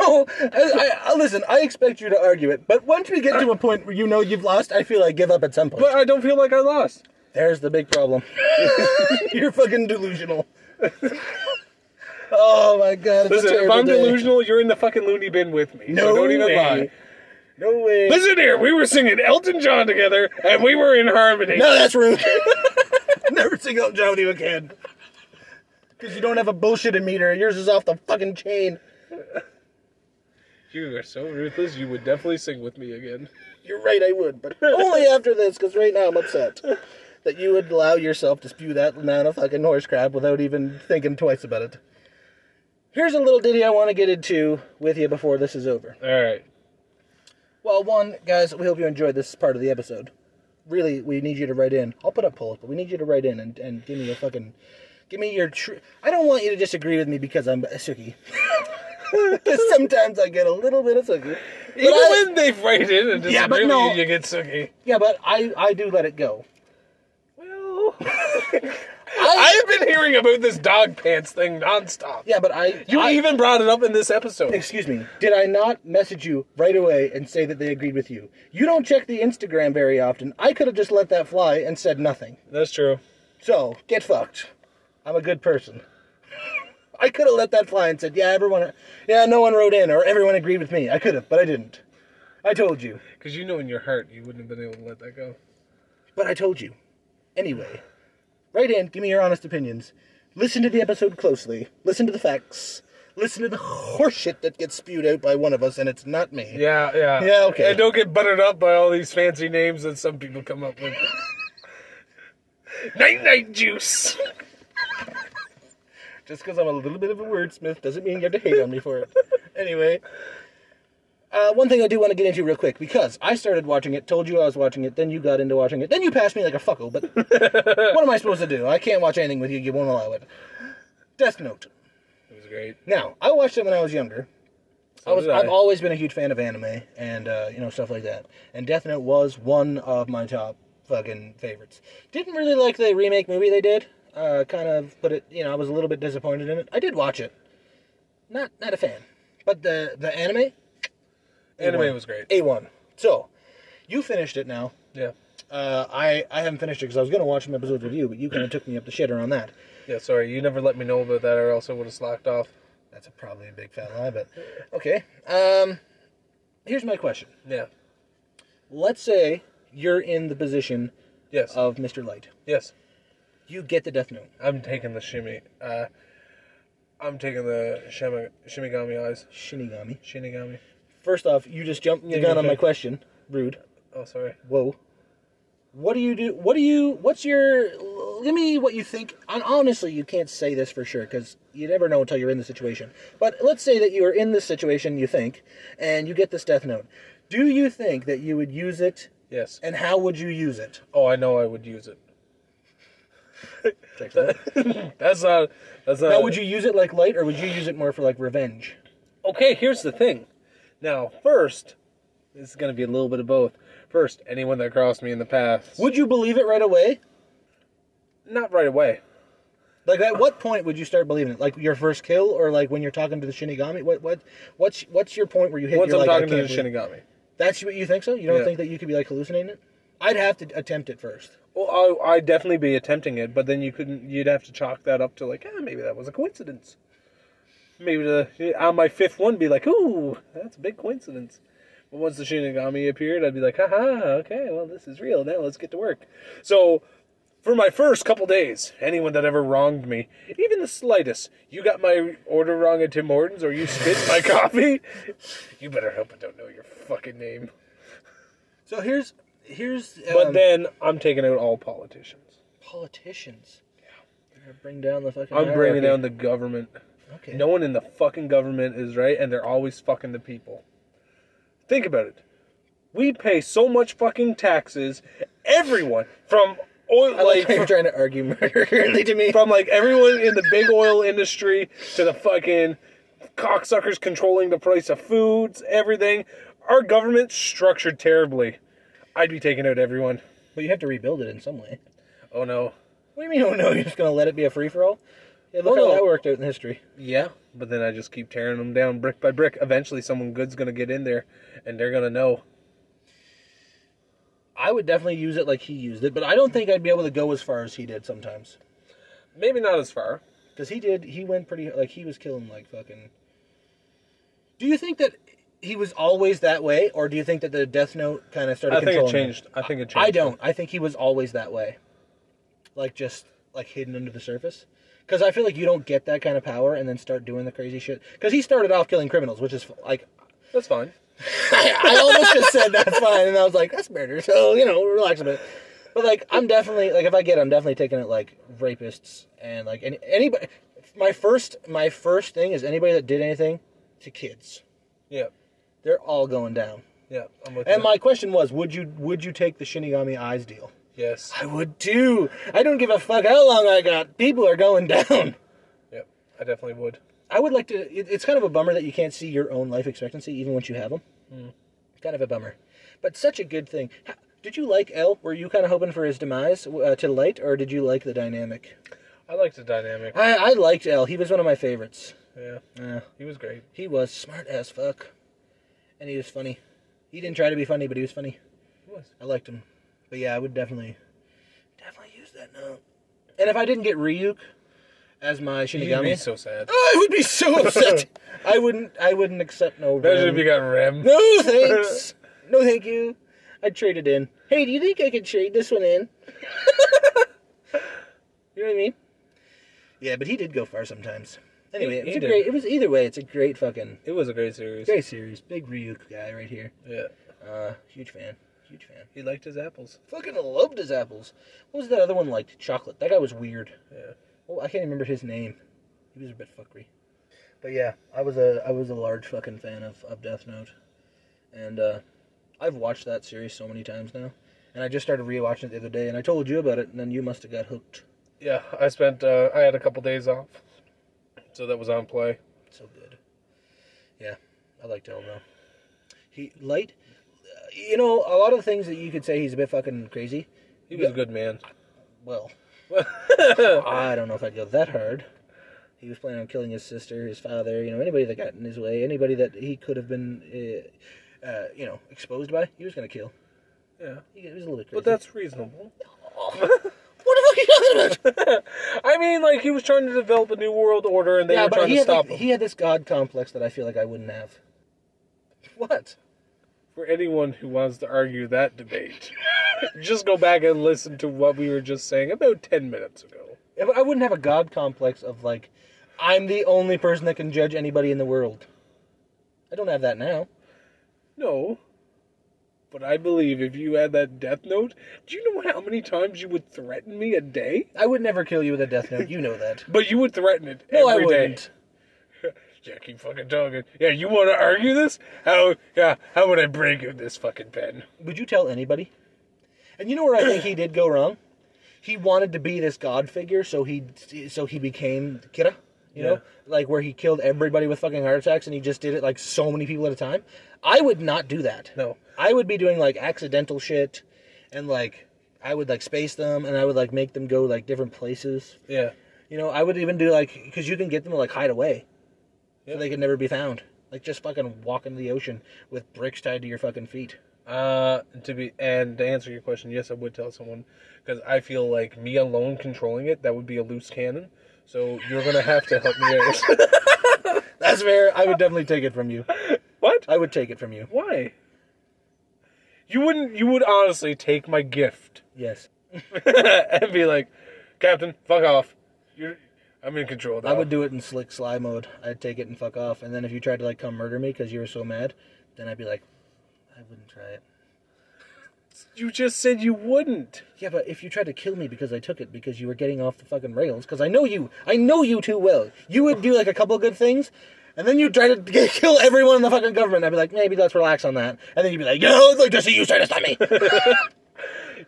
no, I, I, listen. I expect you to argue it, but once we get to a point where you know you've lost, I feel I give up at some point. but I don't feel like I lost. There's the big problem. You're fucking delusional. oh my god! It's a Listen, if terrible I'm day. delusional, you're in the fucking loony bin with me. no so don't even way. lie. No way. Listen here, we were singing Elton John together and we were in harmony. No, that's rude. Never sing Elton John with you again. Because you don't have a bullshit meter. Yours is off the fucking chain. You are so ruthless, you would definitely sing with me again. You're right, I would, but only after this, because right now I'm upset that you would allow yourself to spew that amount of fucking horse crap without even thinking twice about it. Here's a little ditty I want to get into with you before this is over. Alright. Well, one, guys, we hope you enjoyed this part of the episode. Really, we need you to write in. I'll put up polls, but we need you to write in and, and give me your fucking. Give me your true. I don't want you to disagree with me because I'm a sookie. Because sometimes I get a little bit of sookie. But Even I- when they write in and disagree Yeah, but with no. you, you get sooky. yeah, but I, I do let it go. Well, I have been hearing about this dog pants thing nonstop. Yeah, but I. You I- even brought it up in this episode. Excuse me. Did I not message you right away and say that they agreed with you? You don't check the Instagram very often. I could have just let that fly and said nothing. That's true. So, get fucked. I'm a good person. I could have let that fly and said, yeah, everyone, yeah, no one wrote in or everyone agreed with me. I could have, but I didn't. I told you. Because you know in your heart you wouldn't have been able to let that go. But I told you. Anyway, write in, give me your honest opinions. Listen to the episode closely. Listen to the facts. Listen to the horseshit that gets spewed out by one of us, and it's not me. Yeah, yeah. Yeah, okay. And don't get buttered up by all these fancy names that some people come up with. night night juice. Just because I'm a little bit of a wordsmith doesn't mean you have to hate on me for it. anyway, uh, one thing I do want to get into real quick because I started watching it, told you I was watching it, then you got into watching it, then you passed me like a fucko. But what am I supposed to do? I can't watch anything with you. You won't allow it. Death Note. It was great. Now I watched it when I was younger. So I was, did I. I've always been a huge fan of anime and uh, you know stuff like that. And Death Note was one of my top fucking favorites. Didn't really like the remake movie they did. Uh, kind of, but it you know I was a little bit disappointed in it. I did watch it. Not not a fan, but the the anime Anime was great. A one. So you finished it now. Yeah. Uh, I I haven't finished it because I was gonna watch some episodes with you, but you kind of took me up the shitter on that. Yeah, sorry. You never let me know about that or else I would have slacked off. That's a, probably a big fat lie, but okay. Um, here's my question. Yeah. Let's say you're in the position Yes. of Mr. Light. yes. You get the Death Note. I'm taking the shimmy. Uh, I'm taking the shimi, shimigami eyes. Shinigami. Shinigami. First off, you just jumped the Yeah, gun on okay. my question. Rude. Oh, sorry. Whoa. What do you do? What do you? What's your? Give me what you think. And honestly, you can't say this for sure because you never know until you're in the situation. But let's say that you are in this situation. You think, and you get this Death Note. Do you think that you would use it? Yes. And how would you use it? Oh, I know I would use it. That's not. That's not. Now, would you use it like light, or would you use it more for like revenge? Okay, here's the thing. Now, first, this is gonna be a little bit of both. First, anyone that crossed me in the past, Would you believe it right away? not right away. Like, at what point would you start believing it? Like your first kill, or like when you're talking to the Shinigami? What what what's what's your point where you hit? Once you're I'm like, I talking to can't the believe- Shinigami. That's what you think so? You don't Yeah. think that you could be like hallucinating it? I'd have to attempt it first. Well, I, I'd definitely be attempting it, but then you couldn't. You'd have to chalk that up to like, ah, maybe that was a coincidence. Maybe the on my fifth one, be like, ooh, that's a big coincidence. But once the Shinigami appeared, I'd be like, haha, okay, well, this is real. Now let's get to work. So, for my first couple days, anyone that ever wronged me, even the slightest, you got my order wrong at Tim Hortons, or you spit my coffee. You better hope I don't know your fucking name. So here's here's But um, then I'm taking out all politicians. politicians. You're gonna Bring down the fucking. I'm bringing hierarchy. down the government. Okay. No one in the fucking government is right, and they're always fucking the people. Think about it. We pay so much fucking taxes. Everyone from oil, I like like how you're trying to argue murder currently to me. from like everyone in the big oil industry to the fucking cocksuckers controlling the price of foods, everything. Our government's structured terribly. I'd be taking out everyone. But you have to rebuild it in some way. Oh no. What do you mean? Oh no, you're just gonna let it be a free for all? Yeah, Well, look how Oh, no. that worked out in history. Yeah, but then I just keep tearing them down brick by brick. Eventually, someone good's gonna get in there, and they're gonna know. I would definitely use it like he used it, but I don't think I'd be able to go as far as he did sometimes. Maybe not as far. Because he did, he went pretty, like, he was killing, like, fucking. Do you think that he was always that way, or do you think that the Death Note kind of started I think it controlling him? changed. I think it changed. I don't. I think he was always that way. Like, just, like, hidden under the surface. Because I feel like you don't get that kind of power and then start doing the crazy shit. Because he started off killing criminals, which is, like, That's fine. I almost just said that's fine, and I was like, that's murder. So you know, relax a bit. But like, I'm definitely like, if I get, it, I'm definitely taking it like rapists and like any, anybody. My first, my first thing is anybody that did anything to kids. Yeah, They're all going down. yeah. I'm with And you. my question was, would you would you take the Shinigami Eyes deal? yes. I would too. I don't give a fuck how long I got. People are going down. Yep. I definitely would. I would like to. It, it's kind of a bummer that you can't see your own life expectancy even once you have them. Kind of a bummer, but such a good thing. How, did you like L? Were you kind of hoping for his demise uh, to light, or did you like the dynamic? I liked the dynamic. I, I liked L. He was one of my favorites. Yeah, Yeah, he was great. he was smart as fuck, and he was funny. He didn't try to be funny, but he was funny. He was. I liked him. But yeah, I would definitely, definitely use that note. And if I didn't get Ryuk as my You'd Shinigami, be so sad. Oh, I would be so upset. I wouldn't. I wouldn't accept no. Imagine rem. if you got Rem. No thanks. no thank you. I'd trade it in. Hey, do you think I could trade this one in? you know what I mean? Yeah, but he did go far sometimes. Anyway, He- it was he a did. great. It was either way. It's a great fucking It was a great series. great series. Big Ryuk guy right here. Yeah. Uh, huge fan. Huge fan. He liked his apples. Fucking loved his apples. What was that other one like? Chocolate. That guy was weird. Yeah. Well, Oh, I can't remember his name. He was a bit fuckery. But yeah, I was a I was a large fucking fan of, of Death Note, and uh, I've watched that series so many times now. And I just started rewatching it the other day, and I told you about it, and then you must have got hooked. Yeah. I spent. Uh, I had a couple days off, so that was on play. So good. Yeah, I liked him though. He light. uh, You know, a lot of things that you could say he's a bit fucking crazy. He was a good man. Well, I don't know if I'd go that hard. He was planning on killing his sister, his father, you know, anybody that got in his way, anybody that he could have been, uh, uh, you know, exposed by, he was going to kill. yeah. He was a little bit crazy. But that's reasonable. what the fuck are you talking about? I mean, like he was trying to develop a new world order, and they yeah, were but trying he to had, stop like, him. he had this god complex that I feel like I wouldn't have. What? For anyone who wants to argue that debate, just go back and listen to what we were just saying about ten minutes ago. If- I wouldn't have a god complex of like, I'm the only person that can judge anybody in the world. I don't have that now. No. But I believe if you had that death note, do you know how many times you would threaten me a day? I would never kill you with a death note. You know that. But you would threaten it No, I every day. wouldn't. Yeah, keep fucking talking. Yeah, you want to argue this? How? Yeah, how would I break with this fucking pen? Would you tell anybody? And you know where I think he did go wrong? He wanted to be this god figure, so he so he became Kira, Yeah. you know, like where he killed everybody with fucking heart attacks, and he just did it like so many people at a time. I would not do that. No. I would be doing like accidental shit, and like I would like space them, and I would like make them go like different places. Yeah. You know, I would even do like because you can get them to like hide away, Yeah. so they can never be found. Like just fucking walk into the ocean with bricks tied to your fucking feet. Uh, to be and to answer your question, yes, I would tell someone because I feel like me alone controlling it that would be a loose cannon. So you're gonna have to help me out. That's fair. I would definitely take it from you. what? I would take it from you. Why? You wouldn't. You would honestly take my gift Yes. and be like, Captain, fuck off. You're. I'm in control. Now. I would do it in slick sly mode. I'd take it and fuck off. And then if you tried to like come murder me because you were so mad, then I'd be like, I wouldn't try it. You just said you wouldn't. Yeah, but if you tried to kill me because I took it because you were getting off the fucking rails, because I know you, I know you too well. You would do like a couple good things, and then you try to get, kill everyone in the fucking government. I'd be like, maybe let's relax on that, and then you'd be like, yo, I'd like to see you try to stop me.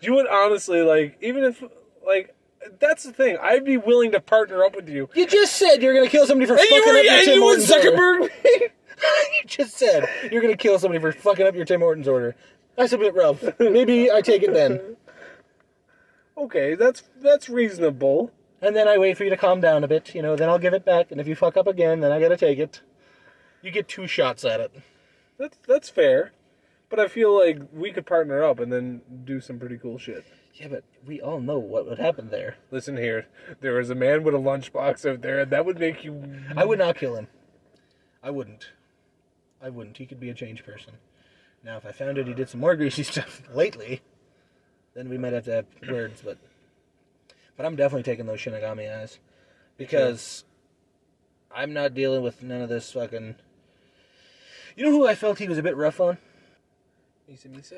You would honestly like even if like that's the thing. I'd be willing to partner up with you. you just said you're gonna kill somebody for And fucking you, were, up your and Tim you would Hortons order. Zuckerberg me. you just said you're gonna kill somebody for fucking up your Tim Hortons order. I submit, Ralph. Maybe I take it then, Okay, that's that's reasonable. and then I wait for you to calm down a bit. You know, then I'll give it back, and if you fuck up again, then I gotta take it. You get two shots at it. That's that's fair. But I feel like we could partner up and then do some pretty cool shit. Yeah, but we all know what would happen there. Listen here, there is a man with a lunchbox out there, and that would make you. I would not kill him. I wouldn't. I wouldn't. He could be a changed person. Now, if I found out he did some more greasy stuff lately, then we might have to have words. But, but I'm definitely taking those Shinigami eyes because I'm not dealing with none of this fucking. You know who I felt he was a bit rough on?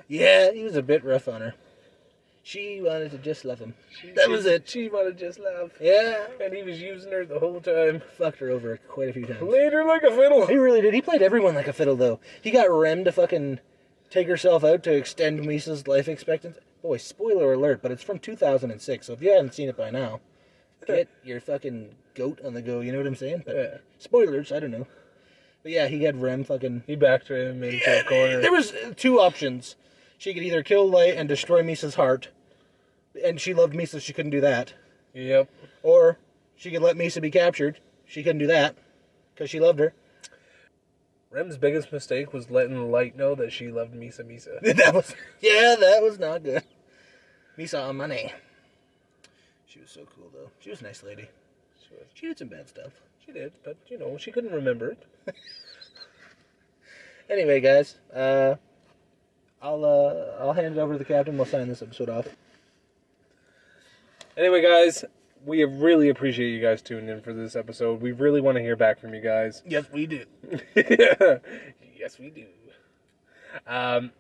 Yeah, he was a bit rough on her. She wanted to just love him. That was it. She wanted just love, Yeah, and he was using her the whole time. fucked her over quite a few times. Played her like a fiddle. He really did. He played everyone like a fiddle, though. He got Rem to fucking take herself out to extend Misa's life expectancy. Boy, spoiler alert, but it's from 2006, so if you haven't seen it by now, get your fucking goat on the go, you know what I'm saying? But Yeah. spoilers, I don't know. But yeah, he had Rem fucking. He backed him into a corner. There was uh, two options. She could either kill Light and destroy Misa's heart, and she loved Misa, she couldn't do that. Yep. Or she could let Misa be captured, she couldn't do that, because she loved her. Rem's biggest mistake was letting Light know that she loved Misa Misa. that was yeah, that was not good. Misa on money. She was so cool though. She was a nice lady. She was- She did some bad stuff. She did, but you know she couldn't remember it. Anyway, guys, uh, I'll uh, I'll hand it over to the captain. We'll sign this episode off. Anyway, guys, we really appreciate you guys tuning in for this episode. We really want to hear back from you guys. Yes, we do. yes, we do. Um,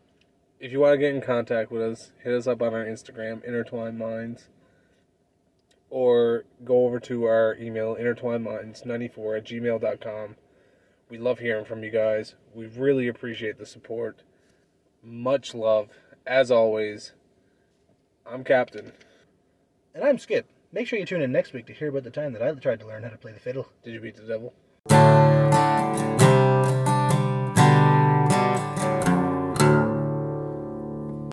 if you want to get in contact with us, hit us up on our Instagram, Intertwined Minds, or go over to our email, intertwinedminds94 at gmail.com. We love hearing from you guys. We really appreciate the support. Much love. As always, I'm Captain. And I'm Skip. Make sure you tune in next week to hear about the time that I tried to learn how to play the fiddle. Did you beat the devil?